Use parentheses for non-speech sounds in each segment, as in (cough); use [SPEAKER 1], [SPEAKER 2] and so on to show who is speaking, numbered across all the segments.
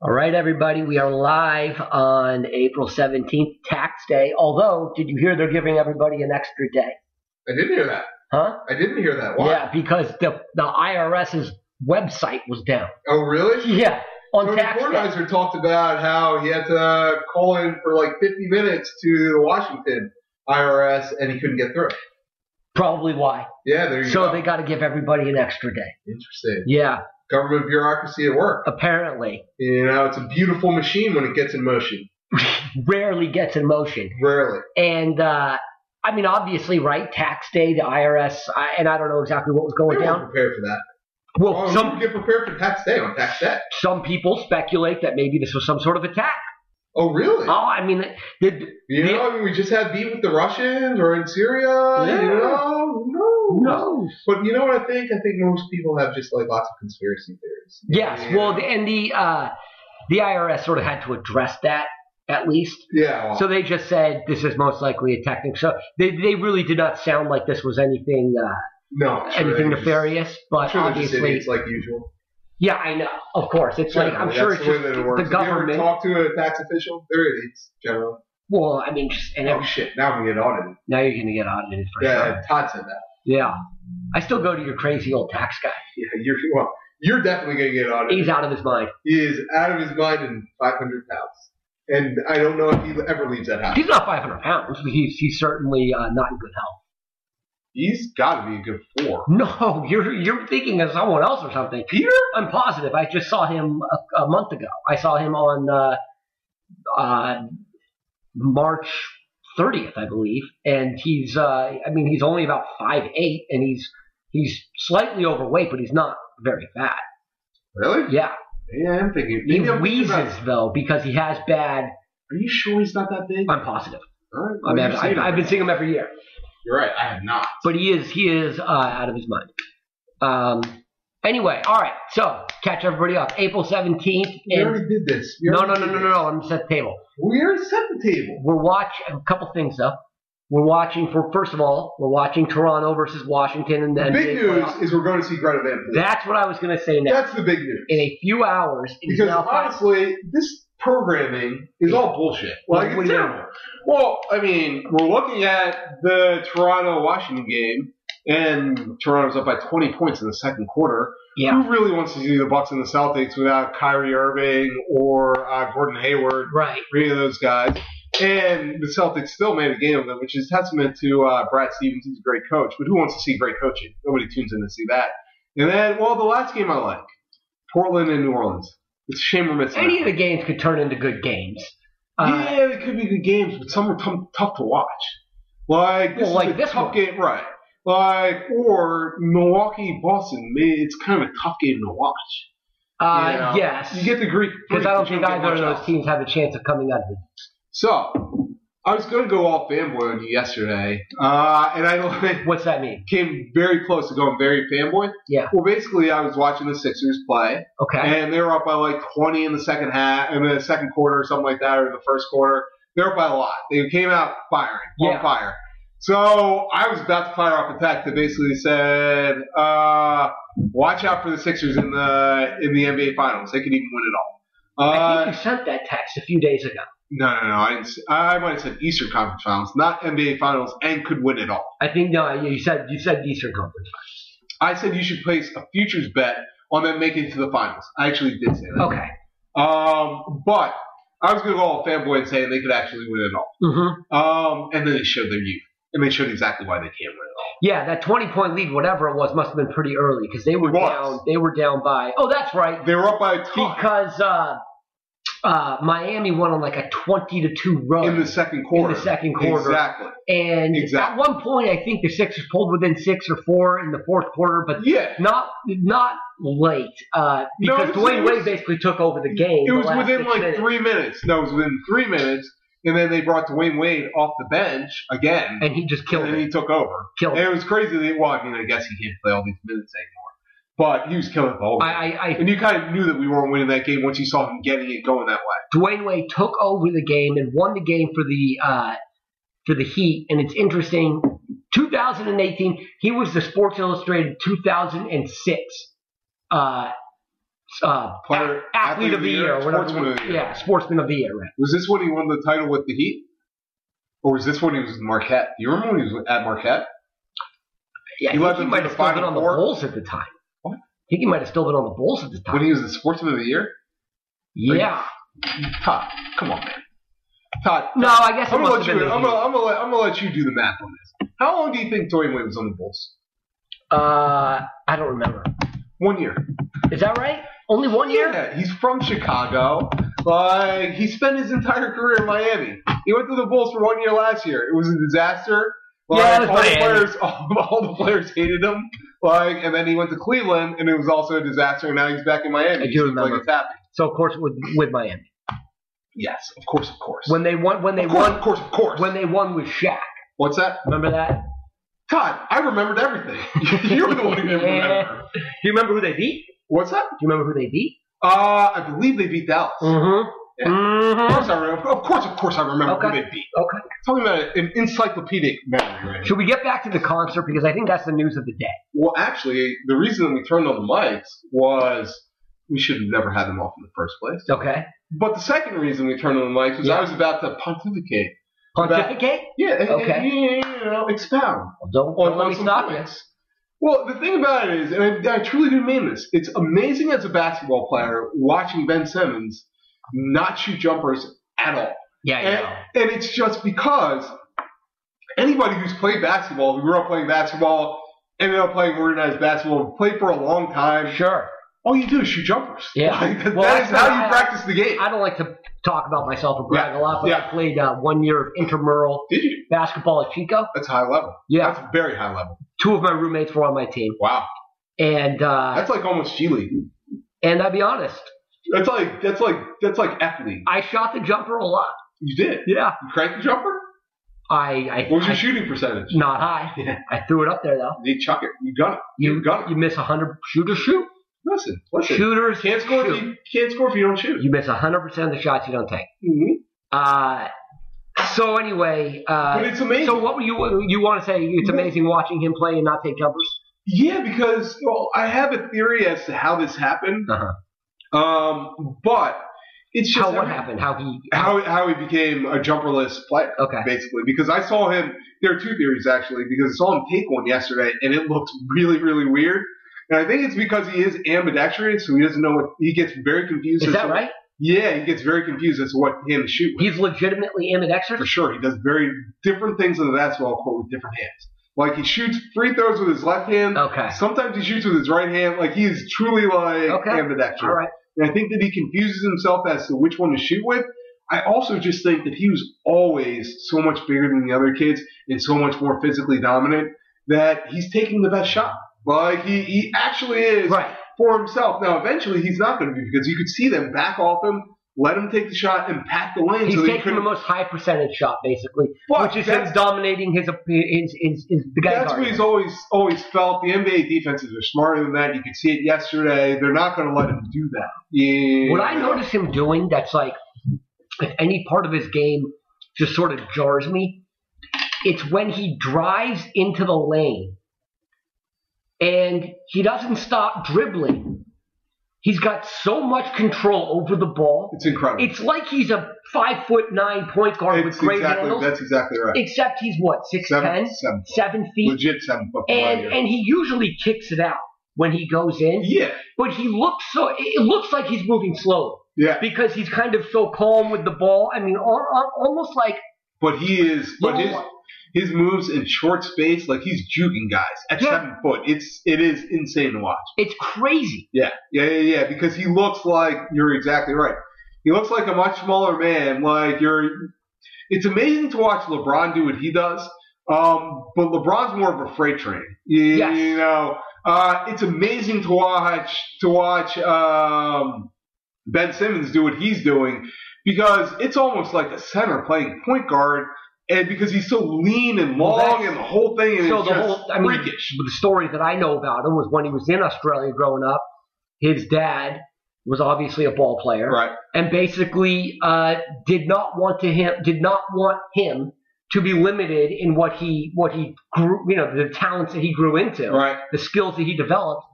[SPEAKER 1] All right, everybody, we are live on April 17th, tax day. Although, did you hear they're giving everybody an extra day?
[SPEAKER 2] I didn't hear that.
[SPEAKER 1] Huh?
[SPEAKER 2] I didn't hear that. Why?
[SPEAKER 1] Yeah, because the, the IRS's website was down.
[SPEAKER 2] Oh, really?
[SPEAKER 1] Yeah, on
[SPEAKER 2] Tony
[SPEAKER 1] Hmm. tax day.
[SPEAKER 2] Kornheiser talked about how he had to call in for like 50 minutes to the Washington IRS and he couldn't get through.
[SPEAKER 1] Probably why.
[SPEAKER 2] Yeah, there you
[SPEAKER 1] So
[SPEAKER 2] go.
[SPEAKER 1] they got to give everybody an extra day.
[SPEAKER 2] Interesting.
[SPEAKER 1] Yeah,
[SPEAKER 2] Government bureaucracy at work.
[SPEAKER 1] apparently.
[SPEAKER 2] You know, it's a beautiful machine when it gets in motion.
[SPEAKER 1] Rarely gets in motion.
[SPEAKER 2] Rarely.
[SPEAKER 1] And, uh, I mean, obviously, right? Tax day, the IRS, I, and I don't know exactly what was
[SPEAKER 2] We
[SPEAKER 1] going
[SPEAKER 2] weren't
[SPEAKER 1] down.
[SPEAKER 2] prepared for that.
[SPEAKER 1] Well,
[SPEAKER 2] Oh,
[SPEAKER 1] some
[SPEAKER 2] we get prepared for tax day on tax day.
[SPEAKER 1] some people speculate that maybe this was some sort of attack.
[SPEAKER 2] Oh, really?
[SPEAKER 1] Oh, I mean, did,
[SPEAKER 2] you
[SPEAKER 1] the-
[SPEAKER 2] know, I mean, we just had beef with the Russians or in Syria. You
[SPEAKER 1] Yeah.
[SPEAKER 2] know, no.
[SPEAKER 1] who knows?
[SPEAKER 2] But you know what I think? I think most people have just like lots of conspiracy theories.
[SPEAKER 1] Yes,
[SPEAKER 2] Yeah.
[SPEAKER 1] well, the- and the uh, the IRS sort of had to address that at least.
[SPEAKER 2] yeah. well,
[SPEAKER 1] So they just said this is most likely a technique. So they, they really did not sound like this was anything uh,
[SPEAKER 2] no, I'm sure
[SPEAKER 1] anything
[SPEAKER 2] they're just-
[SPEAKER 1] nefarious. But
[SPEAKER 2] I'm sure they're just
[SPEAKER 1] obviously,
[SPEAKER 2] idiots like usual.
[SPEAKER 1] yeah, I know. Of course, it's like I'm sure
[SPEAKER 2] Generally, that's
[SPEAKER 1] it's
[SPEAKER 2] the way
[SPEAKER 1] just
[SPEAKER 2] that it works.
[SPEAKER 1] the
[SPEAKER 2] Have you
[SPEAKER 1] government.
[SPEAKER 2] ever talked to a tax official? They're idiots, generally.
[SPEAKER 1] Well, I mean, just, and
[SPEAKER 2] Oh
[SPEAKER 1] every,
[SPEAKER 2] shit! Now we get audited.
[SPEAKER 1] now you're gonna get audited for sure.
[SPEAKER 2] Yeah, Todd said that. (laughs)
[SPEAKER 1] Yeah, I still go to your crazy old tax guy.
[SPEAKER 2] Yeah, you're well, you're definitely gonna get audited.
[SPEAKER 1] He's out of his mind.
[SPEAKER 2] He is out of his mind in 500 pounds, and I don't know if he ever leaves that house.
[SPEAKER 1] He's not 500 pounds, but he's, he's certainly uh, not in good health.
[SPEAKER 2] He's got to be a good four.
[SPEAKER 1] (laughs) No, you're you're thinking of someone else or something.
[SPEAKER 2] Peter?
[SPEAKER 1] I'm positive. I just saw him a, a month ago. I saw him on uh, uh, March 30th, I believe, and he's uh, I mean he's only about 5'8", and he's he's slightly overweight, but he's not very fat.
[SPEAKER 2] Really?
[SPEAKER 1] Yeah,
[SPEAKER 2] Yeah, I'm thinking.
[SPEAKER 1] he
[SPEAKER 2] maybe I'm thinking
[SPEAKER 1] wheezes
[SPEAKER 2] about-
[SPEAKER 1] though because he has bad.
[SPEAKER 2] Are you sure he's not that big?
[SPEAKER 1] I'm positive.
[SPEAKER 2] All right,
[SPEAKER 1] I
[SPEAKER 2] well,
[SPEAKER 1] mean,
[SPEAKER 2] you've
[SPEAKER 1] I've,
[SPEAKER 2] seen
[SPEAKER 1] I've,
[SPEAKER 2] him.
[SPEAKER 1] I've been seeing him every year.
[SPEAKER 2] You're right. I have not.
[SPEAKER 1] but he is he is uh, out of his mind. Um. Anyway, all right. So catch everybody up. April seventeenth.
[SPEAKER 2] We
[SPEAKER 1] And
[SPEAKER 2] already did this. We
[SPEAKER 1] no, no,
[SPEAKER 2] already
[SPEAKER 1] no,
[SPEAKER 2] did
[SPEAKER 1] no, no,
[SPEAKER 2] this.
[SPEAKER 1] no. I'm set the table.
[SPEAKER 2] We already set the table.
[SPEAKER 1] We're watching a couple things though. We're watching for first of all, we're watching Toronto versus Washington, and
[SPEAKER 2] The
[SPEAKER 1] then
[SPEAKER 2] big news is we're going to see Greta Van Fleet.
[SPEAKER 1] That's what I was gonna say next.
[SPEAKER 2] That's the big news.
[SPEAKER 1] In a few hours, it is
[SPEAKER 2] Because
[SPEAKER 1] now five.
[SPEAKER 2] honestly, this programming is all bullshit.
[SPEAKER 1] Well,
[SPEAKER 2] Like,
[SPEAKER 1] what
[SPEAKER 2] it's
[SPEAKER 1] do you
[SPEAKER 2] terrible. Well, I mean, we're looking at the Toronto Washington game, and Toronto's up by 20 points in the second quarter.
[SPEAKER 1] Yeah,
[SPEAKER 2] Who really wants to see the Bucks and the Celtics without Kyrie Irving or uh, Gordon Hayward
[SPEAKER 1] right.
[SPEAKER 2] three of those guys. And the Celtics still made a game of it, which is testament to uh, Brad Stevens. He's a great coach, but who wants to see great coaching? Nobody tunes in to see that. And then, well, the last game I like, Portland and New Orleans. It's a shame we're missing.
[SPEAKER 1] Any of
[SPEAKER 2] that.
[SPEAKER 1] the games could turn into good games. Uh,
[SPEAKER 2] yeah, it could be good games, but some are tum- tough to watch. Like this
[SPEAKER 1] Well, like
[SPEAKER 2] is a
[SPEAKER 1] this
[SPEAKER 2] tough
[SPEAKER 1] one.
[SPEAKER 2] game, right? Like or Milwaukee Boston. It's kind of a tough game to watch.
[SPEAKER 1] uh,
[SPEAKER 2] you know?
[SPEAKER 1] yes,
[SPEAKER 2] You get the Greek
[SPEAKER 1] because I don't
[SPEAKER 2] Greek, you
[SPEAKER 1] think either of
[SPEAKER 2] much
[SPEAKER 1] those
[SPEAKER 2] else.
[SPEAKER 1] teams have a chance of coming out of it.
[SPEAKER 2] So, I was going to go all fanboy on you yesterday, uh, and (laughs) I
[SPEAKER 1] What's that mean?
[SPEAKER 2] came very close to going very fanboy.
[SPEAKER 1] Yeah.
[SPEAKER 2] Well, basically, I was watching the Sixers play,
[SPEAKER 1] Okay.
[SPEAKER 2] and they were up by like 20 in the second half, in the second quarter, or something like that, or the first quarter. They were up by a lot. They came out firing,
[SPEAKER 1] Yeah.
[SPEAKER 2] on fire. So I was about to fire off a text that basically said, uh, "Watch out for the Sixers in the in the NBA Finals. They could even win it all." Uh,
[SPEAKER 1] I think you sent that text a few days ago.
[SPEAKER 2] No, no, no. I, didn't, s- I might have said Eastern Conference Finals, not NBA Finals, and could win it all.
[SPEAKER 1] I think no, you said you said Eastern Conference.
[SPEAKER 2] I said you should place a futures bet on them making it to the finals. I actually did say that.
[SPEAKER 1] Okay.
[SPEAKER 2] Um, but I was going to go all fanboy and say they could actually win it all.
[SPEAKER 1] Mm-hmm.
[SPEAKER 2] Um, and then they showed their youth, and they showed exactly why they can't win it
[SPEAKER 1] Yeah, that twenty point lead, whatever it was, must have been pretty early because they were
[SPEAKER 2] It was.
[SPEAKER 1] down. They were down by. Oh, that's right.
[SPEAKER 2] all. They were up by a ton
[SPEAKER 1] Because uh, uh, Miami won on like a twenty to two run,
[SPEAKER 2] in the second quarter.
[SPEAKER 1] second quarter.
[SPEAKER 2] exactly.
[SPEAKER 1] and at
[SPEAKER 2] Exactly.
[SPEAKER 1] one point, I think the Sixers pulled within six or four in the fourth quarter, but
[SPEAKER 2] Yeah,
[SPEAKER 1] not not late uh,
[SPEAKER 2] No,
[SPEAKER 1] because
[SPEAKER 2] it was-
[SPEAKER 1] Dwayne
[SPEAKER 2] it was-
[SPEAKER 1] Wade basically took over the game.
[SPEAKER 2] It
[SPEAKER 1] the
[SPEAKER 2] was
[SPEAKER 1] last
[SPEAKER 2] within
[SPEAKER 1] six
[SPEAKER 2] like
[SPEAKER 1] minutes.
[SPEAKER 2] three minutes. No, it was within three minutes, and then they brought Dwayne Wade off the bench again,
[SPEAKER 1] and he just killed
[SPEAKER 2] and then
[SPEAKER 1] it.
[SPEAKER 2] he took over.
[SPEAKER 1] Killed it.
[SPEAKER 2] And it was crazy. That, well, I mean, I guess he can't play all these minutes anymore. But he was killing the whole
[SPEAKER 1] I,
[SPEAKER 2] game.
[SPEAKER 1] I, I
[SPEAKER 2] and you kind of knew that we weren't winning that game once you saw him getting it going that way.
[SPEAKER 1] Dwayne Wade took over the game and won the game for the uh, for the Heat. And it's interesting. 2018, he was the Sports Illustrated 2006 uh, uh,
[SPEAKER 2] Player-
[SPEAKER 1] a- athlete, of the year, whatever-
[SPEAKER 2] sportsman of the year.
[SPEAKER 1] Yeah, sportsman of the year. Right?
[SPEAKER 2] Was this when he won the title with the Heat? Or was this when he was with Marquette? Do you remember when he was at Marquette?
[SPEAKER 1] Yeah, I
[SPEAKER 2] He
[SPEAKER 1] think
[SPEAKER 2] wasn't
[SPEAKER 1] he
[SPEAKER 2] in
[SPEAKER 1] might
[SPEAKER 2] the
[SPEAKER 1] have still been
[SPEAKER 2] Final
[SPEAKER 1] on the
[SPEAKER 2] Four?
[SPEAKER 1] Bulls at the time.
[SPEAKER 2] What?
[SPEAKER 1] I think he might have still been on the Bulls at the time.
[SPEAKER 2] When he was the sportsman of the year?
[SPEAKER 1] yeah.
[SPEAKER 2] Todd, come on, man. Todd,
[SPEAKER 1] No, I guess it
[SPEAKER 2] I'm gonna,
[SPEAKER 1] must have
[SPEAKER 2] let you,
[SPEAKER 1] been.
[SPEAKER 2] I'm, gonna, I'm, gonna let, I'm gonna let you do the math on this. How long do you think Dwayne Wade was on the Bulls?
[SPEAKER 1] uh, I don't remember.
[SPEAKER 2] One year.
[SPEAKER 1] Is that right? Only one year?
[SPEAKER 2] Yeah, he's from Chicago. Like he spent his entire career in Miami. He went to the Bulls for one year last year. It was a disaster. Like,
[SPEAKER 1] Yeah, it was
[SPEAKER 2] all the
[SPEAKER 1] Miami.
[SPEAKER 2] players, (laughs) all, all the players hated him. Like, and then he went to Cleveland, and it was also a disaster. And now he's back in Miami.
[SPEAKER 1] I do
[SPEAKER 2] He's,
[SPEAKER 1] remember.
[SPEAKER 2] Like, it's happy.
[SPEAKER 1] So of course with with Miami
[SPEAKER 2] Yes, of course, of course.
[SPEAKER 1] when they won when they
[SPEAKER 2] of course,
[SPEAKER 1] won
[SPEAKER 2] of course, of course.
[SPEAKER 1] when they won with Shaq.
[SPEAKER 2] What's that?
[SPEAKER 1] Remember that?
[SPEAKER 2] God, I remembered everything. (laughs) you were the one who
[SPEAKER 1] (laughs)
[SPEAKER 2] didn't remember.
[SPEAKER 1] Do you remember who they beat?
[SPEAKER 2] What's that?
[SPEAKER 1] Do you remember who they beat?
[SPEAKER 2] Uh, I believe they beat Dallas.
[SPEAKER 1] Mm-hmm.
[SPEAKER 2] Yeah. Of
[SPEAKER 1] Mm-hmm.
[SPEAKER 2] course, I remember. Of course, of course, I remember
[SPEAKER 1] Okay.
[SPEAKER 2] who they beat.
[SPEAKER 1] Okay.
[SPEAKER 2] Talking about an encyclopedic memory, right?
[SPEAKER 1] Should we get back to the concert because I think that's the news of the day.
[SPEAKER 2] Well, actually, the reason we turned on the mics was we should have never had them off in the first place.
[SPEAKER 1] Okay.
[SPEAKER 2] But the second reason we turned on the mics was
[SPEAKER 1] Yeah.
[SPEAKER 2] I was about to pontificate.
[SPEAKER 1] Pontificate?
[SPEAKER 2] Yeah, and- and-
[SPEAKER 1] Okay.
[SPEAKER 2] you know, expound
[SPEAKER 1] Well, Oh, don't
[SPEAKER 2] on,
[SPEAKER 1] don't let
[SPEAKER 2] on
[SPEAKER 1] me
[SPEAKER 2] some
[SPEAKER 1] stop you.
[SPEAKER 2] points. Well, the thing about it is, and I, I truly do mean this, it's amazing as a basketball player watching Ben Simmons not shoot jumpers at all.
[SPEAKER 1] Yeah, yeah.
[SPEAKER 2] And, and it's just because anybody who's played basketball, who grew up playing basketball, ended up playing organized basketball, played for a long time,
[SPEAKER 1] Sure.
[SPEAKER 2] all you do is shoot jumpers.
[SPEAKER 1] Yeah.
[SPEAKER 2] (laughs) Like, that-
[SPEAKER 1] Well,
[SPEAKER 2] that is
[SPEAKER 1] that's
[SPEAKER 2] how
[SPEAKER 1] what
[SPEAKER 2] you
[SPEAKER 1] I-
[SPEAKER 2] practice the game.
[SPEAKER 1] I don't like to talk about myself or brag a
[SPEAKER 2] Yeah,
[SPEAKER 1] lot, but
[SPEAKER 2] yeah.
[SPEAKER 1] I played uh, one year of intramural
[SPEAKER 2] Did you?
[SPEAKER 1] basketball at Chico.
[SPEAKER 2] That's high level.
[SPEAKER 1] Yeah.
[SPEAKER 2] That's very high level.
[SPEAKER 1] Two of my roommates were on my team,
[SPEAKER 2] Wow.
[SPEAKER 1] and uh,
[SPEAKER 2] That's like almost G League.
[SPEAKER 1] and I'll be honest,
[SPEAKER 2] That's like that's like that's like F League.
[SPEAKER 1] I shot the jumper a lot.
[SPEAKER 2] You did.
[SPEAKER 1] Yeah.
[SPEAKER 2] You cranked the jumper?
[SPEAKER 1] I, I,
[SPEAKER 2] What was
[SPEAKER 1] I
[SPEAKER 2] your shooting percentage?
[SPEAKER 1] not high. (laughs)
[SPEAKER 2] Yeah.
[SPEAKER 1] I threw it up there though.
[SPEAKER 2] You chuck it. You got it.
[SPEAKER 1] You
[SPEAKER 2] got it.
[SPEAKER 1] you miss hundred shooters shoot.
[SPEAKER 2] Listen, listen.
[SPEAKER 1] Shooters
[SPEAKER 2] Can't score if
[SPEAKER 1] shoot.
[SPEAKER 2] you can't score if you don't shoot.
[SPEAKER 1] You miss hundred percent of the shots you don't take.
[SPEAKER 2] Mhm.
[SPEAKER 1] Uh, so anyway,
[SPEAKER 2] But
[SPEAKER 1] uh,
[SPEAKER 2] it's amazing.
[SPEAKER 1] so what were you you want to say? It's amazing watching him play and not take jumpers.
[SPEAKER 2] Yeah, because well, I have a theory as to how this happened.
[SPEAKER 1] Uh-huh.
[SPEAKER 2] Um, but it's just
[SPEAKER 1] How what
[SPEAKER 2] every-
[SPEAKER 1] happened? How he?
[SPEAKER 2] how how he became a jumperless player,
[SPEAKER 1] Okay.
[SPEAKER 2] basically. Because I saw him. There are two theories actually. Because I saw him take one yesterday, and it looked really really weird. And I think it's because he is ambidextrous, so he doesn't know what he gets very confused.
[SPEAKER 1] Is
[SPEAKER 2] as
[SPEAKER 1] that
[SPEAKER 2] to-
[SPEAKER 1] right?
[SPEAKER 2] Yeah, he gets very confused as to what hand to shoot with.
[SPEAKER 1] He's legitimately
[SPEAKER 2] For
[SPEAKER 1] ambidextrous.
[SPEAKER 2] sure, he does very different things on the basketball court with different hands. Like he shoots free throws with his left hand.
[SPEAKER 1] Okay.
[SPEAKER 2] Sometimes he shoots with his right hand. Like he is truly like
[SPEAKER 1] Okay.
[SPEAKER 2] ambidextrous.
[SPEAKER 1] All right.
[SPEAKER 2] And I think that he confuses himself as to which one to shoot with. I also just think that he was always so much bigger than the other kids and so much more physically dominant that he's taking the best shot. Like he, he actually is
[SPEAKER 1] Right.
[SPEAKER 2] for himself. Now eventually he's not going to be because you could see them back off him, let him take the shot and pack the lane.
[SPEAKER 1] He's
[SPEAKER 2] so that he
[SPEAKER 1] taking the
[SPEAKER 2] couldn't.
[SPEAKER 1] most high percentage shot, basically,
[SPEAKER 2] But
[SPEAKER 1] which is
[SPEAKER 2] that's-
[SPEAKER 1] him dominating his his his, his the guy
[SPEAKER 2] That's what
[SPEAKER 1] guarding.
[SPEAKER 2] he's always always felt. The NBA defenses are smarter than that. You could see it yesterday. They're not going to let him do that. Yeah.
[SPEAKER 1] What I notice him doing that's like, if any part of his game just sort of jars me, it's when he drives into the lane and he doesn't stop dribbling. He's got so much control over the ball.
[SPEAKER 2] It's incredible.
[SPEAKER 1] It's like he's a five foot nine point guard with
[SPEAKER 2] It's
[SPEAKER 1] great
[SPEAKER 2] exactly,
[SPEAKER 1] handles,
[SPEAKER 2] That's exactly right.
[SPEAKER 1] except he's what six ten,
[SPEAKER 2] Seven-
[SPEAKER 1] seven
[SPEAKER 2] seven.
[SPEAKER 1] feet,
[SPEAKER 2] Legit seven foot.
[SPEAKER 1] and
[SPEAKER 2] player.
[SPEAKER 1] and he usually kicks it out when he goes in.
[SPEAKER 2] yeah,
[SPEAKER 1] But he looks so it looks like he's moving slowly
[SPEAKER 2] yeah.
[SPEAKER 1] because he's kind of so calm with the ball. I mean, al- al- almost like
[SPEAKER 2] But he is. But
[SPEAKER 1] You
[SPEAKER 2] his
[SPEAKER 1] know
[SPEAKER 2] his moves in short space, like he's juking guys at
[SPEAKER 1] Yeah.
[SPEAKER 2] seven foot. It's it is insane to watch.
[SPEAKER 1] it's crazy.
[SPEAKER 2] Yeah, yeah, yeah, yeah. Because he looks like you're exactly right. He looks like a much smaller man. Like you're, it's amazing to watch LeBron do what he does. Um, but LeBron's more of a freight train. You,
[SPEAKER 1] Yes.
[SPEAKER 2] you know, uh, it's amazing to watch to watch um, Ben Simmons do what he's doing because it's almost like a center playing point guard, and because he's so lean and
[SPEAKER 1] Well,
[SPEAKER 2] long,
[SPEAKER 1] that's-
[SPEAKER 2] and the whole thing is
[SPEAKER 1] so the
[SPEAKER 2] just
[SPEAKER 1] whole, I mean,
[SPEAKER 2] freakish.
[SPEAKER 1] the story that I know about him was when he was in Australia growing up. His dad was obviously a ball player,
[SPEAKER 2] Right.
[SPEAKER 1] and basically uh, did not want to him did not want him to be limited in what he what he grew, you know, the talents that he grew into,
[SPEAKER 2] Right.
[SPEAKER 1] the skills that he developed.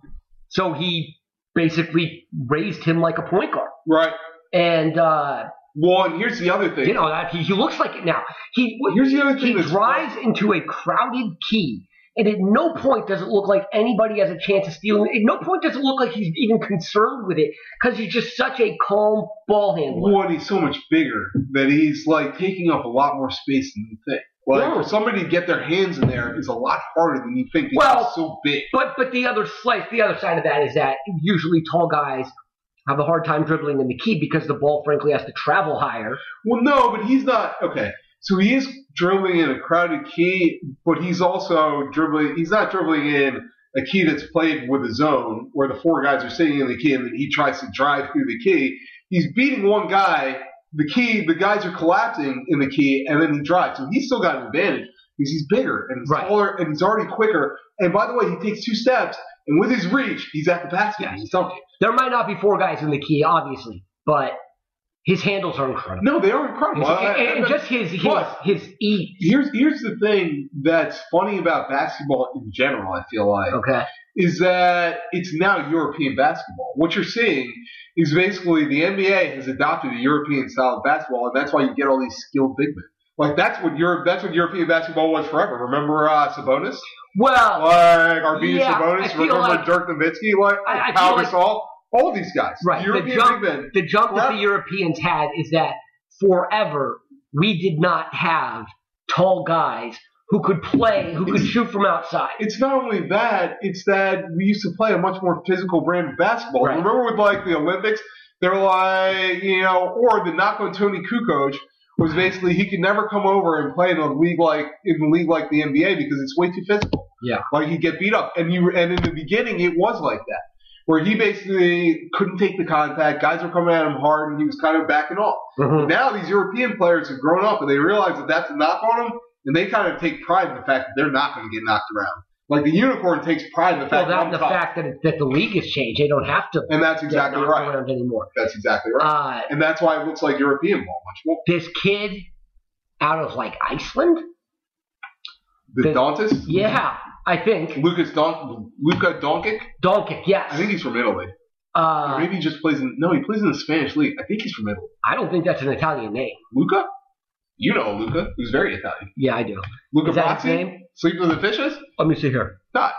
[SPEAKER 1] So he basically raised him like a point guard.
[SPEAKER 2] Right.
[SPEAKER 1] And uh,
[SPEAKER 2] Well, and here's the other thing.
[SPEAKER 1] you know that he, he looks like it now. He
[SPEAKER 2] here's the other
[SPEAKER 1] he
[SPEAKER 2] thing. that's-
[SPEAKER 1] drives into a crowded key, and at no point does it look like anybody has a chance of stealing. At no point does it look like he's even concerned with it because he's just such a calm ball handler.
[SPEAKER 2] Well, and he's so much bigger that he's like taking up a lot more space than you think. Like
[SPEAKER 1] Yeah.
[SPEAKER 2] for somebody to get their hands in there is a lot harder than you think because
[SPEAKER 1] Well-
[SPEAKER 2] he's so big.
[SPEAKER 1] But but the other slice, the other side of that is that usually tall guys have a hard time dribbling in the key because the ball, frankly, has to travel higher.
[SPEAKER 2] Well, no, but he's not okay. So he is dribbling in a crowded key, but he's also dribbling. He's not dribbling in a key that's played with a zone where the four guys are sitting in the key, and then he tries to drive through the key. He's beating one guy. The key, the guys are collapsing in the key, and then he drives. So he's still got an advantage because he's bigger and he's
[SPEAKER 1] Right.
[SPEAKER 2] taller and he's already quicker. And by the way, he takes two steps, and with his reach, he's at the basket.
[SPEAKER 1] Yeah.
[SPEAKER 2] He's dunking.
[SPEAKER 1] There might not be four guys in the key, obviously, but his handles are incredible.
[SPEAKER 2] No, they are incredible. I-
[SPEAKER 1] and,
[SPEAKER 2] I-
[SPEAKER 1] and
[SPEAKER 2] I-
[SPEAKER 1] just his his,
[SPEAKER 2] But-
[SPEAKER 1] his E, ease.
[SPEAKER 2] here's here's the thing that's funny about basketball in general. I feel like
[SPEAKER 1] Okay.
[SPEAKER 2] is that it's now European basketball. What you're seeing is basically the NBA has adopted a European style of basketball, and that's why you get all these skilled big men. Like that's what Europe, that's what European basketball was forever. Remember uh, Sabonis,
[SPEAKER 1] Well,
[SPEAKER 2] like Arvidas
[SPEAKER 1] yeah, I
[SPEAKER 2] Sabonis.
[SPEAKER 1] feel
[SPEAKER 2] Remember
[SPEAKER 1] like-
[SPEAKER 2] Dirk Nowitzki, like
[SPEAKER 1] I- I feel
[SPEAKER 2] Pau
[SPEAKER 1] like-
[SPEAKER 2] Gasol. all these guys,
[SPEAKER 1] Right, the
[SPEAKER 2] European
[SPEAKER 1] jump-
[SPEAKER 2] big men.
[SPEAKER 1] the jump that
[SPEAKER 2] Well-
[SPEAKER 1] the Europeans had is that forever we did not have tall guys who could play, who could shoot from outside.
[SPEAKER 2] (laughs) it's not only that, it's that we used to play a much more physical brand of basketball.
[SPEAKER 1] Right.
[SPEAKER 2] Remember with like the Olympics, they're like, you know, or the knock on Tony Kukoc was basically he could never come over and play in a league like in a league like the NBA because it's way too physical.
[SPEAKER 1] Yeah.
[SPEAKER 2] Like he'd get beat up. And you and in the beginning it was like that. Where he basically couldn't take the contact, guys were coming at him hard and he was kind of backing off. Now these European players have grown up and they realize that that's a knock on them, and they kind of take pride in the fact that they're not going to get knocked around. Like the unicorn takes pride in the
[SPEAKER 1] Well,
[SPEAKER 2] fact that,
[SPEAKER 1] that
[SPEAKER 2] I'm
[SPEAKER 1] and the
[SPEAKER 2] tough.
[SPEAKER 1] fact that, that the league has changed, they don't have to
[SPEAKER 2] and that's
[SPEAKER 1] get
[SPEAKER 2] exactly
[SPEAKER 1] knocked
[SPEAKER 2] right.
[SPEAKER 1] around anymore.
[SPEAKER 2] That's exactly right.
[SPEAKER 1] Uh,
[SPEAKER 2] and that's why it looks like European ball much more.
[SPEAKER 1] this kid out of like Iceland,
[SPEAKER 2] The
[SPEAKER 1] Then-
[SPEAKER 2] Dantas,
[SPEAKER 1] yeah, I think
[SPEAKER 2] Lucas Don, Luca Doncic.
[SPEAKER 1] Doncic, yes.
[SPEAKER 2] I think he's from Italy. Or
[SPEAKER 1] uh,
[SPEAKER 2] maybe he just plays in. No, he plays in the Spanish league. I think he's from Italy.
[SPEAKER 1] I don't think that's an Italian name.
[SPEAKER 2] Luca. You know Luca, who's very Italian.
[SPEAKER 1] Yeah, I do.
[SPEAKER 2] Luca
[SPEAKER 1] Is that his
[SPEAKER 2] Brasi,
[SPEAKER 1] name?
[SPEAKER 2] Sleep with the Fishes.
[SPEAKER 1] Let me see here.
[SPEAKER 2] Not.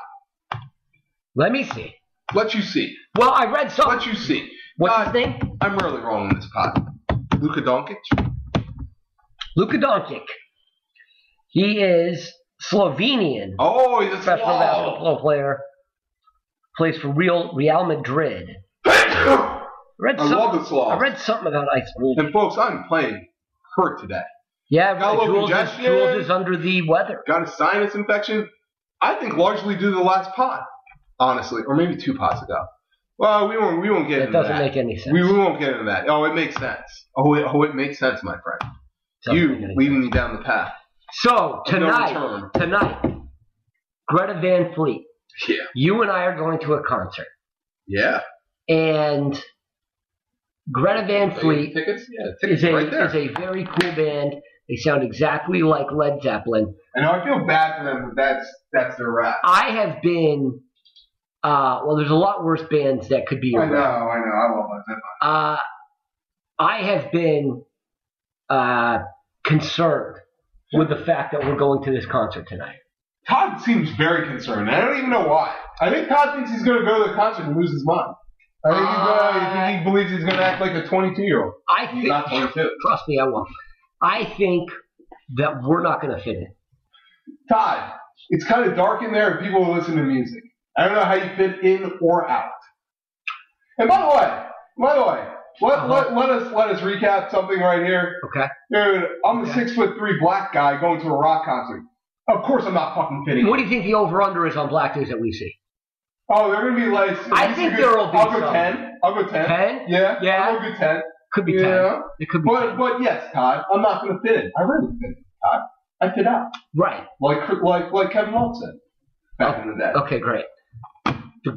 [SPEAKER 1] Let me see.
[SPEAKER 2] Let you see.
[SPEAKER 1] Well, I read something.
[SPEAKER 2] Let you see.
[SPEAKER 1] What's
[SPEAKER 2] Uh,
[SPEAKER 1] his name?
[SPEAKER 2] I'm really wrong on this pod. Luka Doncic.
[SPEAKER 1] Luka Doncic. He is Slovenian
[SPEAKER 2] Oh, he's a
[SPEAKER 1] professional
[SPEAKER 2] Slav.
[SPEAKER 1] basketball player. Plays for Real Real Madrid.
[SPEAKER 2] I
[SPEAKER 1] Read some-
[SPEAKER 2] love the
[SPEAKER 1] I
[SPEAKER 2] Slav.
[SPEAKER 1] read something about Iceland.
[SPEAKER 2] And folks, I'm playing hurt today.
[SPEAKER 1] Yeah,
[SPEAKER 2] Got a little
[SPEAKER 1] Jules is,
[SPEAKER 2] congestion.
[SPEAKER 1] Jules is under the weather.
[SPEAKER 2] Got a sinus infection. I think largely due to the last pod, honestly, or maybe two pods ago. Well, we won't. We won't get
[SPEAKER 1] That
[SPEAKER 2] into
[SPEAKER 1] doesn't
[SPEAKER 2] that.
[SPEAKER 1] make any sense.
[SPEAKER 2] we, we won't get into that. Oh, it makes sense. Oh, it, oh, it makes sense, my friend.
[SPEAKER 1] Doesn't
[SPEAKER 2] you
[SPEAKER 1] make any
[SPEAKER 2] leading me down the path.
[SPEAKER 1] So
[SPEAKER 2] of no
[SPEAKER 1] tonight,
[SPEAKER 2] return.
[SPEAKER 1] tonight, Greta Van Fleet,
[SPEAKER 2] Yeah.
[SPEAKER 1] you and I are going to a concert,
[SPEAKER 2] Yeah.
[SPEAKER 1] and Greta Van Fleet
[SPEAKER 2] Tickets. Yeah. Tickets
[SPEAKER 1] is a
[SPEAKER 2] right there.
[SPEAKER 1] is a very cool band. They sound exactly like Led Zeppelin.
[SPEAKER 2] I know. I feel bad for them, but that's that's their wrap.
[SPEAKER 1] I have been. Uh, well, there's a lot worse bands that could be.
[SPEAKER 2] I
[SPEAKER 1] your
[SPEAKER 2] know,
[SPEAKER 1] rap.
[SPEAKER 2] I know. I love that.
[SPEAKER 1] Uh, I have been uh, concerned with the fact that we're going to this concert tonight.
[SPEAKER 2] Todd seems very concerned. I don't even know why. I think Todd thinks he's going to go to the concert and lose his mind. I think, he's gonna, I think he believes he's going to act like a 22 year old.
[SPEAKER 1] I
[SPEAKER 2] He's not
[SPEAKER 1] think,
[SPEAKER 2] 22.
[SPEAKER 1] trust me, I won't. I think that we're not going to fit in.
[SPEAKER 2] Todd, it's kind of dark in there and people will listen to music. I don't know how you fit in or out. And by the way, by the way, let,
[SPEAKER 1] Uh-huh.
[SPEAKER 2] let, let us let us recap something right here.
[SPEAKER 1] Okay.
[SPEAKER 2] Dude, I'm a
[SPEAKER 1] Okay.
[SPEAKER 2] six foot three black guy going to a rock concert. Of course I'm not fucking fitting. in.
[SPEAKER 1] What do you think the over under is on black dudes that we see?
[SPEAKER 2] Oh, they're gonna be like.
[SPEAKER 1] I think there will be
[SPEAKER 2] I'll go
[SPEAKER 1] some.
[SPEAKER 2] ten. I'll go ten.
[SPEAKER 1] Ten?
[SPEAKER 2] Yeah.
[SPEAKER 1] Yeah.
[SPEAKER 2] I'll go ten.
[SPEAKER 1] Could be ten.
[SPEAKER 2] Yeah.
[SPEAKER 1] It could be.
[SPEAKER 2] But
[SPEAKER 1] 10.
[SPEAKER 2] but yes, Todd, I'm not gonna fit in. I really fit in, Todd. I fit out
[SPEAKER 1] Right.
[SPEAKER 2] like like like Kevin Wilson back in the day.
[SPEAKER 1] Okay. Great.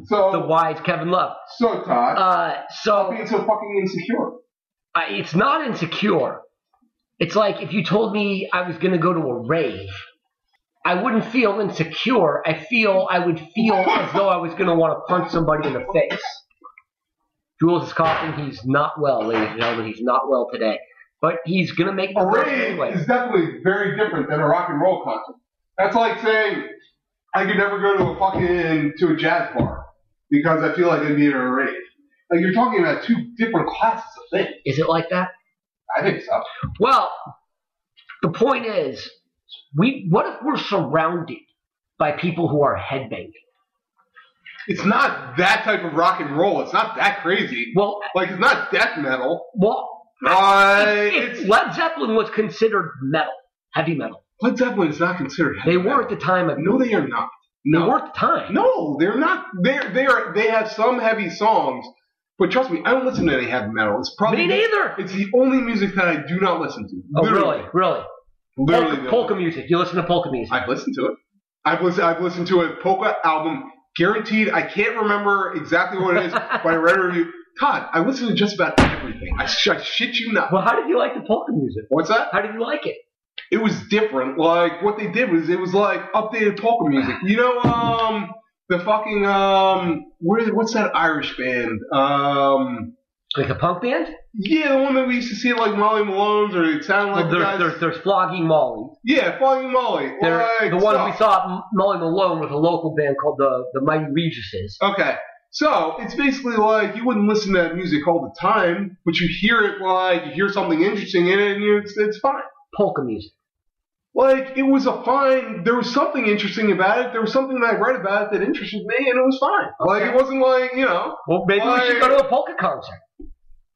[SPEAKER 2] So
[SPEAKER 1] Oh, The wise Kevin Love.
[SPEAKER 2] so Todd,
[SPEAKER 1] Uh, so
[SPEAKER 2] stop being so fucking insecure.
[SPEAKER 1] I, it's not insecure. It's like if you told me I was going to go to a rave, I wouldn't feel insecure. I feel I would feel as though I was going to want to punch somebody in the face. Jules is coughing. He's not well, ladies and gentlemen. He's not well today. But he's going to make
[SPEAKER 2] A
[SPEAKER 1] the list
[SPEAKER 2] rave
[SPEAKER 1] anyway.
[SPEAKER 2] is definitely very different than a rock and roll concert. That's like saying I could never go to a fucking to a jazz bar because I feel like I'd be in a rave. Like you're talking about two different classes of things.
[SPEAKER 1] Is it like that?
[SPEAKER 2] I think so.
[SPEAKER 1] Well, the point is, we what if we're surrounded by people who are headbanging?
[SPEAKER 2] It's not that type of rock and roll. It's not that crazy.
[SPEAKER 1] Well,
[SPEAKER 2] Like it's not death metal.
[SPEAKER 1] well,
[SPEAKER 2] Uh,
[SPEAKER 1] (laughs) if,
[SPEAKER 2] (laughs) it's,
[SPEAKER 1] if Led Zeppelin was considered metal, heavy metal,
[SPEAKER 2] Led Zeppelin is not considered. heavy
[SPEAKER 1] they were at
[SPEAKER 2] metal.
[SPEAKER 1] the time of
[SPEAKER 2] No, they are not.
[SPEAKER 1] they
[SPEAKER 2] No,
[SPEAKER 1] were at the time.
[SPEAKER 2] No, they're not. They're they are they have some heavy songs, but trust me, I don't listen to any heavy metal. It's probably
[SPEAKER 1] Me neither.
[SPEAKER 2] It's the only music that I do not listen to.
[SPEAKER 1] Oh,
[SPEAKER 2] Literally.
[SPEAKER 1] really? Really?
[SPEAKER 2] Literally.
[SPEAKER 1] Polka,
[SPEAKER 2] the-
[SPEAKER 1] polka music. You listen to polka music.
[SPEAKER 2] I've listened to it. I've listened. I've listened to a polka album. Guaranteed. I can't remember exactly what
[SPEAKER 1] (laughs)
[SPEAKER 2] it is, but I read a review. Todd, I listen to just about everything. I, sh- I shit you not.
[SPEAKER 1] Well, how did you like the polka music?
[SPEAKER 2] What's that?
[SPEAKER 1] How did you like it?
[SPEAKER 2] It was different. Like what they did was it was like updated polka music. You know, um, the fucking um, where what's that Irish band? Um,
[SPEAKER 1] Like a punk band?
[SPEAKER 2] Yeah, the one that we used to see at like Molly Malone's, or it sounded like
[SPEAKER 1] Well,
[SPEAKER 2] the
[SPEAKER 1] there's,
[SPEAKER 2] guys.
[SPEAKER 1] there's, there's Flogging Molly.
[SPEAKER 2] yeah, Flogging Molly.
[SPEAKER 1] There,
[SPEAKER 2] like,
[SPEAKER 1] the one we
[SPEAKER 2] so-
[SPEAKER 1] saw at M- Molly Malone was a local band called the, the Mighty Regises.
[SPEAKER 2] Okay, so it's basically like you wouldn't listen to that music all the time, but you hear it like you hear something interesting in it, and you, it's it's fine.
[SPEAKER 1] Polka music.
[SPEAKER 2] Like it was a fine. There was something interesting about it. There was something that I read about it that interested me, and it was fine. Like
[SPEAKER 1] Okay.
[SPEAKER 2] it wasn't like you know,
[SPEAKER 1] Well, maybe we should
[SPEAKER 2] Why-
[SPEAKER 1] go to a polka concert.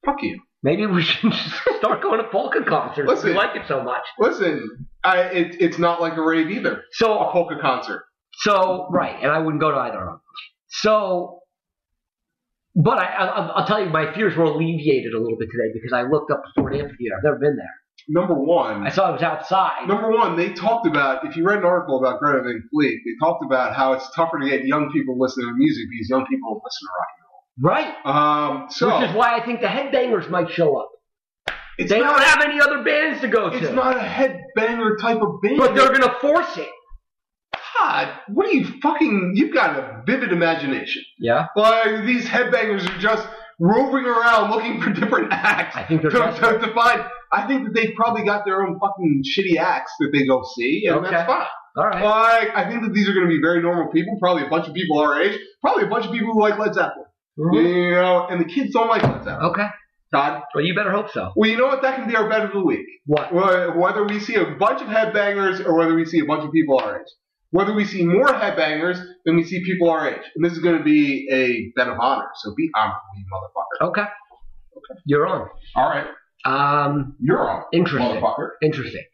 [SPEAKER 2] fuck you.
[SPEAKER 1] Maybe we should (laughs) start going to polka concerts. if We
[SPEAKER 2] Listen.
[SPEAKER 1] like it so much.
[SPEAKER 2] Listen, I, it, it's not like a rave either. A
[SPEAKER 1] So,
[SPEAKER 2] polka concert.
[SPEAKER 1] so right, and I wouldn't go to either of them. So, but I, I, I'll- I'll tell you, my fears were alleviated a little bit today because I looked up the Ford Amphitheater. I've never been there.
[SPEAKER 2] Number one.
[SPEAKER 1] I saw it was outside.
[SPEAKER 2] Number one, they talked about, if you read an article about Greta Van Fleet, they talked about how it's tougher to get young people listening to music because young people don't listen to rock.
[SPEAKER 1] Right.
[SPEAKER 2] Um, so
[SPEAKER 1] Which is why I think the headbangers might show up.
[SPEAKER 2] it's,
[SPEAKER 1] they
[SPEAKER 2] not,
[SPEAKER 1] don't have any other bands to go
[SPEAKER 2] it's
[SPEAKER 1] to.
[SPEAKER 2] not a headbanger type of band.
[SPEAKER 1] but they're going to force it.
[SPEAKER 2] God, what are you fucking, you've got a vivid imagination.
[SPEAKER 1] Yeah.
[SPEAKER 2] Like, these headbangers are just roving around looking for different
[SPEAKER 1] (laughs)
[SPEAKER 2] acts.
[SPEAKER 1] I think they're
[SPEAKER 2] to, (laughs)
[SPEAKER 1] desperate.
[SPEAKER 2] to, to find, I think that they've probably got their own fucking shitty acts that they go see, and
[SPEAKER 1] Okay.
[SPEAKER 2] that's fine.
[SPEAKER 1] All right.
[SPEAKER 2] Like, I think that these are going to be very normal people, probably a bunch of people our age, probably a bunch of people who like Led Zeppelin.
[SPEAKER 1] Mhm.
[SPEAKER 2] You know, and the kids don't like Led Zeppelin.
[SPEAKER 1] Okay.
[SPEAKER 2] Todd.
[SPEAKER 1] Well, you better hope so.
[SPEAKER 2] Well, you know what? That can be our bet of the week.
[SPEAKER 1] What?
[SPEAKER 2] Wh- Whether we see a bunch of headbangers or whether we see a bunch of people our age. Whether we see more headbangers than we see people our age. And this is going to be a bet of honor. So be honorable, you motherfucker.
[SPEAKER 1] Okay. You're on.
[SPEAKER 2] All right.
[SPEAKER 1] Um,
[SPEAKER 2] You're on.
[SPEAKER 1] Interesting.
[SPEAKER 2] Motherfucker.
[SPEAKER 1] interesting.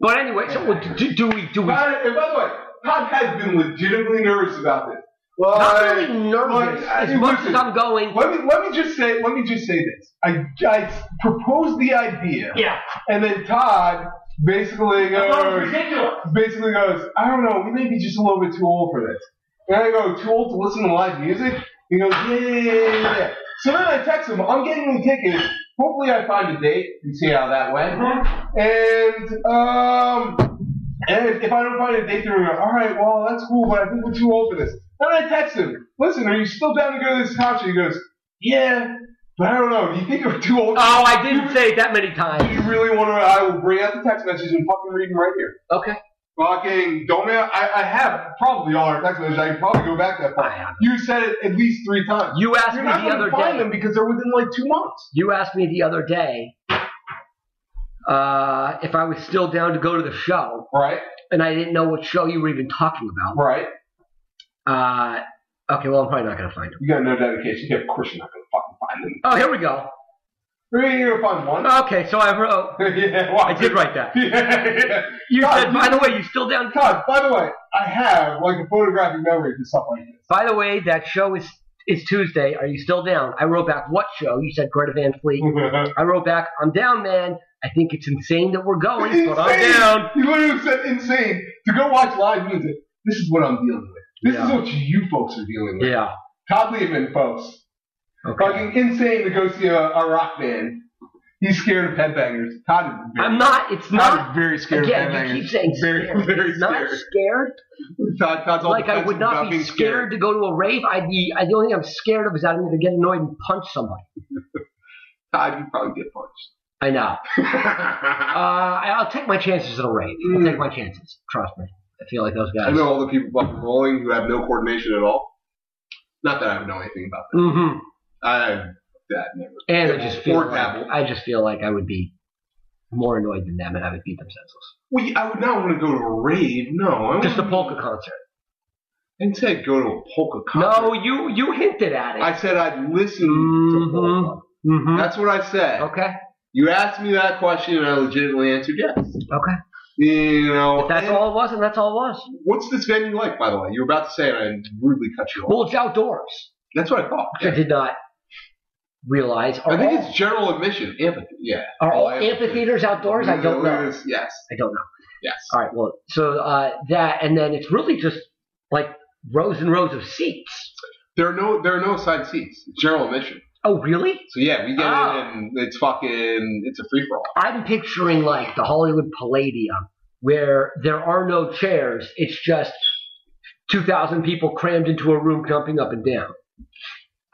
[SPEAKER 1] But anyway, so what- do, do we do we?
[SPEAKER 2] By, and by the way, Todd has been legitimately nervous about this. Like,
[SPEAKER 1] Not really nervous.
[SPEAKER 2] like, I-
[SPEAKER 1] As much
[SPEAKER 2] listen.
[SPEAKER 1] as I'm going,
[SPEAKER 2] Let me let me just say let me just say this. I, I proposed the idea,
[SPEAKER 1] yeah,
[SPEAKER 2] and then Todd basically goes
[SPEAKER 1] ridiculous.
[SPEAKER 2] basically goes. I don't know. We may be just a little bit too old for this. And I go too old to listen to live music. He goes yeah yeah yeah yeah. yeah, yeah. So then I text him. I'm getting the tickets. Hopefully I find a date and see how that went. And um, and if, if I don't find a date, they're gonna go, all right, well that's cool, but I think we're too old for this. Then I text him. Listen, are you still down to go to this concert? He goes, yeah, but I don't know. Do you think we're too old?
[SPEAKER 1] Oh, I didn't say it that many
[SPEAKER 2] Do
[SPEAKER 1] times.
[SPEAKER 2] you really want to? I will bring out the text message and fucking read them right here.
[SPEAKER 1] Okay.
[SPEAKER 2] Fucking don't. I, I have probably all our text messages. I can probably go back that far.
[SPEAKER 1] I have.
[SPEAKER 2] You said it at least three times.
[SPEAKER 1] You asked
[SPEAKER 2] You're
[SPEAKER 1] me
[SPEAKER 2] not
[SPEAKER 1] the
[SPEAKER 2] going
[SPEAKER 1] other
[SPEAKER 2] to find
[SPEAKER 1] day.
[SPEAKER 2] them because they're within like two months.
[SPEAKER 1] You asked me the other day uh, if I was still down to go to the show,
[SPEAKER 2] Right.
[SPEAKER 1] and I didn't know what show you were even talking about.
[SPEAKER 2] Right.
[SPEAKER 1] Uh, okay, well, I'm probably not going to find them.
[SPEAKER 2] You got no dedication. Yeah, of course you're not going to fucking find them.
[SPEAKER 1] Oh, here we go.
[SPEAKER 2] You're going to find
[SPEAKER 1] (laughs)
[SPEAKER 2] one. (laughs)
[SPEAKER 1] Okay, so I wrote.
[SPEAKER 2] yeah, wow.
[SPEAKER 1] I did write that.
[SPEAKER 2] (laughs) Yeah, yeah.
[SPEAKER 1] You
[SPEAKER 2] God,
[SPEAKER 1] said, by the way, you still down?
[SPEAKER 2] God, by the way, I have like a photographic memory for stuff like this.
[SPEAKER 1] By the way, that show is is Tuesday. Are you still down? I wrote back, what show? You said Greta Van Fleet.
[SPEAKER 2] Mm.
[SPEAKER 1] I wrote back, I'm down, man. I think it's insane that we're going, but I'm
[SPEAKER 2] Insane.
[SPEAKER 1] down.
[SPEAKER 2] (laughs) You literally said insane to go watch live music. This is what I'm dealing with. This
[SPEAKER 1] Yeah.
[SPEAKER 2] is what you folks are dealing with.
[SPEAKER 1] Yeah.
[SPEAKER 2] Todd Liebman, folks.
[SPEAKER 1] Okay.
[SPEAKER 2] Fucking insane to go see a, a rock band. He's scared of headbangers. Todd is very,
[SPEAKER 1] I'm not. It's
[SPEAKER 2] Todd
[SPEAKER 1] not.
[SPEAKER 2] is very scared of
[SPEAKER 1] Again, you
[SPEAKER 2] headbangers.
[SPEAKER 1] keep saying
[SPEAKER 2] very,
[SPEAKER 1] scared.
[SPEAKER 2] very
[SPEAKER 1] It's not
[SPEAKER 2] scared.
[SPEAKER 1] scared.
[SPEAKER 2] Todd, Todd's all
[SPEAKER 1] like I would
[SPEAKER 2] defensive
[SPEAKER 1] not
[SPEAKER 2] about
[SPEAKER 1] be
[SPEAKER 2] being
[SPEAKER 1] scared, to go to a rave. I'd be. I, the only thing I'm scared of is I'm going to get annoyed and punch somebody.
[SPEAKER 2] Todd, you'd probably get punched.
[SPEAKER 1] I know. Uh, I- I'll take my chances at a rave. I'll
[SPEAKER 2] Mm.
[SPEAKER 1] take my chances. Trust me. I feel like those
[SPEAKER 2] I
[SPEAKER 1] guys.
[SPEAKER 2] know all the people bumping rolling who have no coordination at all. Not that I would know anything about
[SPEAKER 1] Mm-hmm.
[SPEAKER 2] that. I that never.
[SPEAKER 1] And I
[SPEAKER 2] Yeah,
[SPEAKER 1] just feel
[SPEAKER 2] or
[SPEAKER 1] like,
[SPEAKER 2] dabble.
[SPEAKER 1] I just feel like I would be more annoyed than them, and I would beat them (laughs) senseless.
[SPEAKER 2] Well, I would not want to go to a rave. No, I wouldn't-
[SPEAKER 1] Just a polka concert.
[SPEAKER 2] I didn't say I'd go to a polka concert.
[SPEAKER 1] No, you you hinted at it.
[SPEAKER 2] I said I'd listen to
[SPEAKER 1] Mhm.
[SPEAKER 2] polka.
[SPEAKER 1] Mhm.
[SPEAKER 2] That's what I said.
[SPEAKER 1] Okay.
[SPEAKER 2] You asked me that question, and I legitimately answered yes.
[SPEAKER 1] Okay.
[SPEAKER 2] You know,
[SPEAKER 1] If that's
[SPEAKER 2] and
[SPEAKER 1] all it was, and that's all it was.
[SPEAKER 2] What's this venue like, by the way? You were about to say it, and I rudely cut you off.
[SPEAKER 1] Well, it's outdoors.
[SPEAKER 2] That's what I thought.
[SPEAKER 1] Which I did not realize. Are
[SPEAKER 2] I think
[SPEAKER 1] all,
[SPEAKER 2] it's general admission. Amphitheater. Yeah.
[SPEAKER 1] are all
[SPEAKER 2] all amphitheaters.
[SPEAKER 1] amphitheaters outdoors? I don't know.
[SPEAKER 2] Yes.
[SPEAKER 1] I don't know.
[SPEAKER 2] Yes.
[SPEAKER 1] All right. Well, so uh, that, and then it's really just like rows and rows of seats.
[SPEAKER 2] There are no there are no side seats. It's general admission.
[SPEAKER 1] Oh, really?
[SPEAKER 2] So yeah, we get
[SPEAKER 1] Oh.
[SPEAKER 2] in and it's fucking it's a free for all.
[SPEAKER 1] I'm picturing like the Hollywood Palladium where there are no chairs. It's just 2,000 people crammed into a room jumping up and down.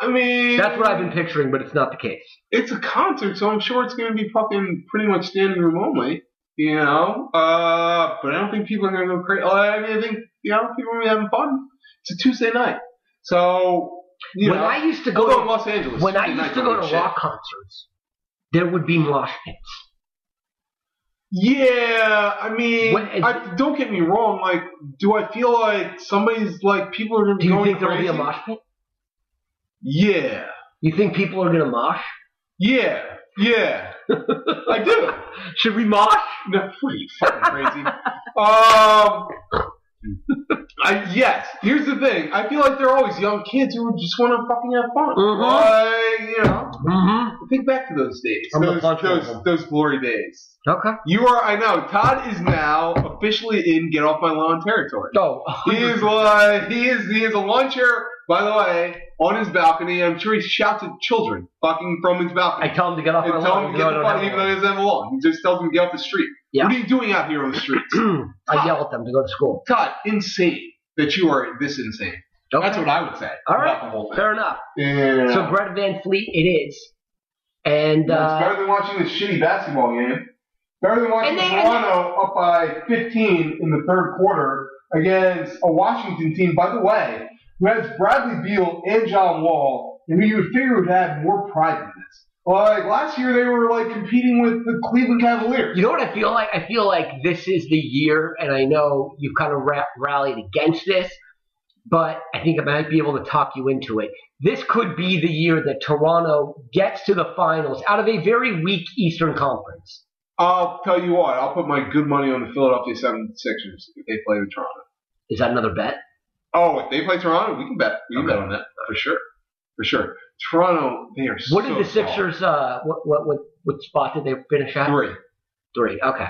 [SPEAKER 2] I mean,
[SPEAKER 1] That's what I've been picturing, but it's not the case.
[SPEAKER 2] It's a concert, so I'm sure it's going to be fucking pretty much standing room only. You know, uh, but I don't think people are going to go crazy. I mean, I think you know people are going to be having fun. It's a Tuesday night, so you
[SPEAKER 1] when
[SPEAKER 2] know.
[SPEAKER 1] I used to go
[SPEAKER 2] although in
[SPEAKER 1] to,
[SPEAKER 2] Los Angeles,
[SPEAKER 1] when I
[SPEAKER 2] Tuesday
[SPEAKER 1] used
[SPEAKER 2] night
[SPEAKER 1] to
[SPEAKER 2] don't
[SPEAKER 1] go to
[SPEAKER 2] mean shit.
[SPEAKER 1] rock concerts, there would be mosh pits.
[SPEAKER 2] Yeah, I mean,
[SPEAKER 1] When-
[SPEAKER 2] I, don't get me wrong. Like, do I feel like somebody's like people are gonna
[SPEAKER 1] Do
[SPEAKER 2] be
[SPEAKER 1] you
[SPEAKER 2] going
[SPEAKER 1] think there will
[SPEAKER 2] crazy?
[SPEAKER 1] be a mosh pit?
[SPEAKER 2] Yeah,
[SPEAKER 1] You think people are going to mosh?
[SPEAKER 2] yeah, yeah.
[SPEAKER 1] (laughs)
[SPEAKER 2] I do.
[SPEAKER 1] Should we mosh?
[SPEAKER 2] No, what are you fucking crazy? um, I, yes. Here's the thing. I feel like there are always young kids who just want to fucking have fun. Like, you know,
[SPEAKER 1] Mm-hmm.
[SPEAKER 2] think back to those days,
[SPEAKER 1] I'm a
[SPEAKER 2] those
[SPEAKER 1] bunch of
[SPEAKER 2] those,
[SPEAKER 1] them.
[SPEAKER 2] those glory days.
[SPEAKER 1] Okay.
[SPEAKER 2] You are. I know. Todd is now officially in get off my lawn territory.
[SPEAKER 1] Oh,
[SPEAKER 2] He is like he is he is a lawn chair, by the way, on his balcony. I'm sure he shouts at children fucking from his
[SPEAKER 1] I
[SPEAKER 2] balcony.
[SPEAKER 1] tell him to get off my
[SPEAKER 2] and tell
[SPEAKER 1] lawn.
[SPEAKER 2] him to get the fuck even though he doesn't have a lawn. He just tells him to get off the street.
[SPEAKER 1] Yeah.
[SPEAKER 2] What are you doing out here on the streets? (clears throat)
[SPEAKER 1] (clears throat) I yell at them to go to school.
[SPEAKER 2] Todd, insane that you are this insane.
[SPEAKER 1] Okay.
[SPEAKER 2] That's what I would say
[SPEAKER 1] All
[SPEAKER 2] about
[SPEAKER 1] right.
[SPEAKER 2] the whole thing.
[SPEAKER 1] Fair enough.
[SPEAKER 2] Yeah.
[SPEAKER 1] So Greta Van Fleet, it is, and
[SPEAKER 2] it's
[SPEAKER 1] uh,
[SPEAKER 2] better than watching this shitty basketball game. Better than watching
[SPEAKER 1] And they-
[SPEAKER 2] Toronto up by 15 in the third quarter against a Washington team, by the way, who has Bradley Beal and John Wall, and who you would figure would have more pride in this. Like last year, they were like competing with the Cleveland Cavaliers.
[SPEAKER 1] you know what I feel like? I feel like this is the year, and I know you've kind of ra- rallied against this, but I think I might be able to talk you into it. This could be the year that Toronto gets to the finals out of a very weak Eastern Conference.
[SPEAKER 2] I'll tell you what, I'll put my good money on the Philadelphia 76ers if they play the Toronto.
[SPEAKER 1] Is that another bet?
[SPEAKER 2] Oh, if they play Toronto, we can bet. We can
[SPEAKER 1] Okay.
[SPEAKER 2] bet on that for sure. For sure. Toronto, they are
[SPEAKER 1] What
[SPEAKER 2] so
[SPEAKER 1] did the Sixers? Uh, what, what what what spot did they finish
[SPEAKER 2] soft.
[SPEAKER 1] at?
[SPEAKER 2] Three.
[SPEAKER 1] Three. Okay.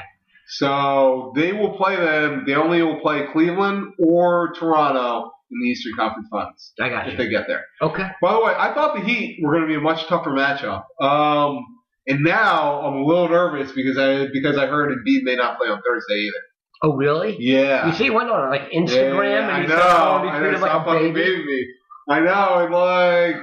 [SPEAKER 2] So they will play them. They only will play Cleveland or Toronto in the Eastern Conference Finals
[SPEAKER 1] I got
[SPEAKER 2] if
[SPEAKER 1] you.
[SPEAKER 2] they get there.
[SPEAKER 1] Okay.
[SPEAKER 2] By the way, I thought the Heat were going to be a much tougher matchup. Um, and now I'm a little nervous because I because I heard Embiid may not play on Thursday either.
[SPEAKER 1] Oh, really?
[SPEAKER 2] Yeah.
[SPEAKER 1] You see one on like Instagram,
[SPEAKER 2] Yeah,
[SPEAKER 1] and he's
[SPEAKER 2] I know.
[SPEAKER 1] like, "Oh, be
[SPEAKER 2] I know.
[SPEAKER 1] treated like
[SPEAKER 2] Stop
[SPEAKER 1] a
[SPEAKER 2] fucking
[SPEAKER 1] baby."
[SPEAKER 2] baby. me. I know. And like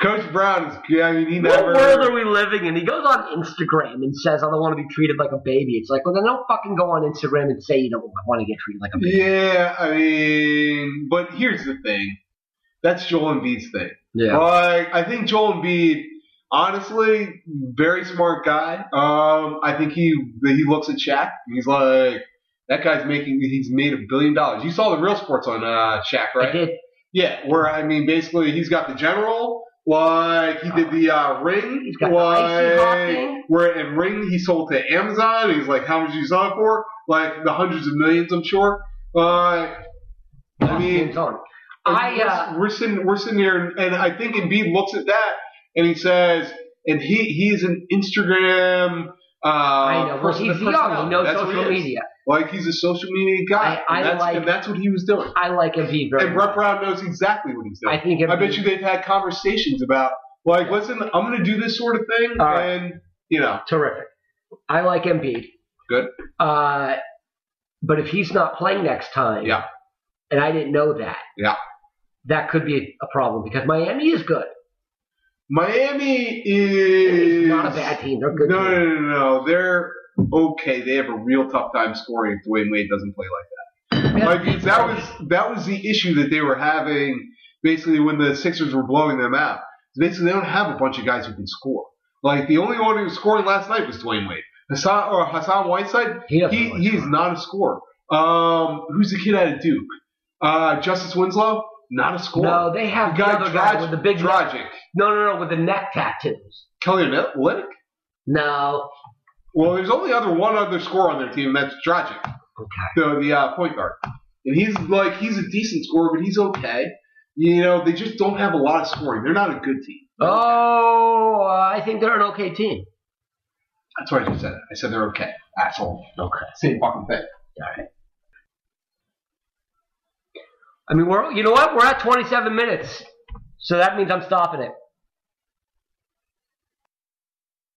[SPEAKER 2] Coach Brown is. I mean, he
[SPEAKER 1] What
[SPEAKER 2] never.
[SPEAKER 1] world are we living in? He goes on Instagram and says, "I don't want to be treated like a baby." It's like, well, then don't fucking go on Instagram and say you don't want to get treated like a baby.
[SPEAKER 2] Yeah, I mean, but here's the thing. That's Joel Embiid's thing.
[SPEAKER 1] Yeah.
[SPEAKER 2] Like, I think Joel Embiid, honestly, very smart guy. Um, I think he he looks at Shaq and he's like, that guy's making he's made a billion dollars. You saw the real sports on uh, Shaq,
[SPEAKER 1] I
[SPEAKER 2] right?
[SPEAKER 1] did.
[SPEAKER 2] Yeah, where I mean, basically, he's got the general. Like he did the uh, ring,
[SPEAKER 1] He's got the icy hot
[SPEAKER 2] like
[SPEAKER 1] thing.
[SPEAKER 2] where and ring he sold to Amazon. He's like, how much you sell it for? Like the hundreds of millions, I'm sure. Like, I mean,
[SPEAKER 1] Game's on. I
[SPEAKER 2] we're,
[SPEAKER 1] uh,
[SPEAKER 2] we're sitting we're sitting here, and, and I think Embiid looks at that and he says, and he he is an Instagram. Uh,
[SPEAKER 1] I know. Well,
[SPEAKER 2] person
[SPEAKER 1] he's
[SPEAKER 2] of
[SPEAKER 1] young. He
[SPEAKER 2] personality.
[SPEAKER 1] knows
[SPEAKER 2] That's what
[SPEAKER 1] social
[SPEAKER 2] he is.
[SPEAKER 1] media.
[SPEAKER 2] Like he's a social media guy,
[SPEAKER 1] I- I
[SPEAKER 2] and, that's,
[SPEAKER 1] like-
[SPEAKER 2] and that's what he was doing.
[SPEAKER 1] I like Embiid very
[SPEAKER 2] And Brett
[SPEAKER 1] much.
[SPEAKER 2] Brown knows exactly what he's doing.
[SPEAKER 1] I think.
[SPEAKER 2] I
[SPEAKER 1] Embiid,
[SPEAKER 2] bet you they've had conversations about like, listen, I'm going to do this sort of thing,
[SPEAKER 1] All right.
[SPEAKER 2] and You know,
[SPEAKER 1] Terrific. I like Embiid.
[SPEAKER 2] Good.
[SPEAKER 1] Uh, but if he's not playing next time,
[SPEAKER 2] Yeah.
[SPEAKER 1] and I didn't know that,
[SPEAKER 2] Yeah.
[SPEAKER 1] that could be a problem because Miami is good.
[SPEAKER 2] Miami
[SPEAKER 1] Miami's
[SPEAKER 2] is
[SPEAKER 1] not a bad team. They're
[SPEAKER 2] No,
[SPEAKER 1] good.
[SPEAKER 2] no,
[SPEAKER 1] team.
[SPEAKER 2] no, no, no. They're okay. They have a real tough time scoring if Dwayne Wade doesn't play like that. Like that was that was the issue that they were having basically when the Sixers were blowing them out. Basically, they don't have a bunch of guys who can score. Like the only one who was scoring last night was Dwayne Wade. Hassan or Hassan Whiteside,
[SPEAKER 1] He doesn't
[SPEAKER 2] he,
[SPEAKER 1] really
[SPEAKER 2] he's
[SPEAKER 1] score.
[SPEAKER 2] not a scorer. Um, who's the kid out of Duke? Uh, Justice Winslow, not a scorer.
[SPEAKER 1] No, they have the other guy
[SPEAKER 2] Drag-
[SPEAKER 1] with the big
[SPEAKER 2] Dragic,
[SPEAKER 1] no, no, no, with the neck tattoos.
[SPEAKER 2] Kelly Olynyk.
[SPEAKER 1] No,
[SPEAKER 2] Well, there's only other one other scorer on their team, and that's Dragic,
[SPEAKER 1] okay,
[SPEAKER 2] the the uh, point guard, and he's like he's a decent scorer, but he's okay. You know, they just don't have a lot of scoring. They're not a good team.
[SPEAKER 1] oh, I think they're an okay team.
[SPEAKER 2] That's what I just said. I said they're okay. Asshole.
[SPEAKER 1] Okay,
[SPEAKER 2] Same fucking thing.
[SPEAKER 1] all right. I mean, we're you know what? We're at 27 minutes, so that means I'm stopping it.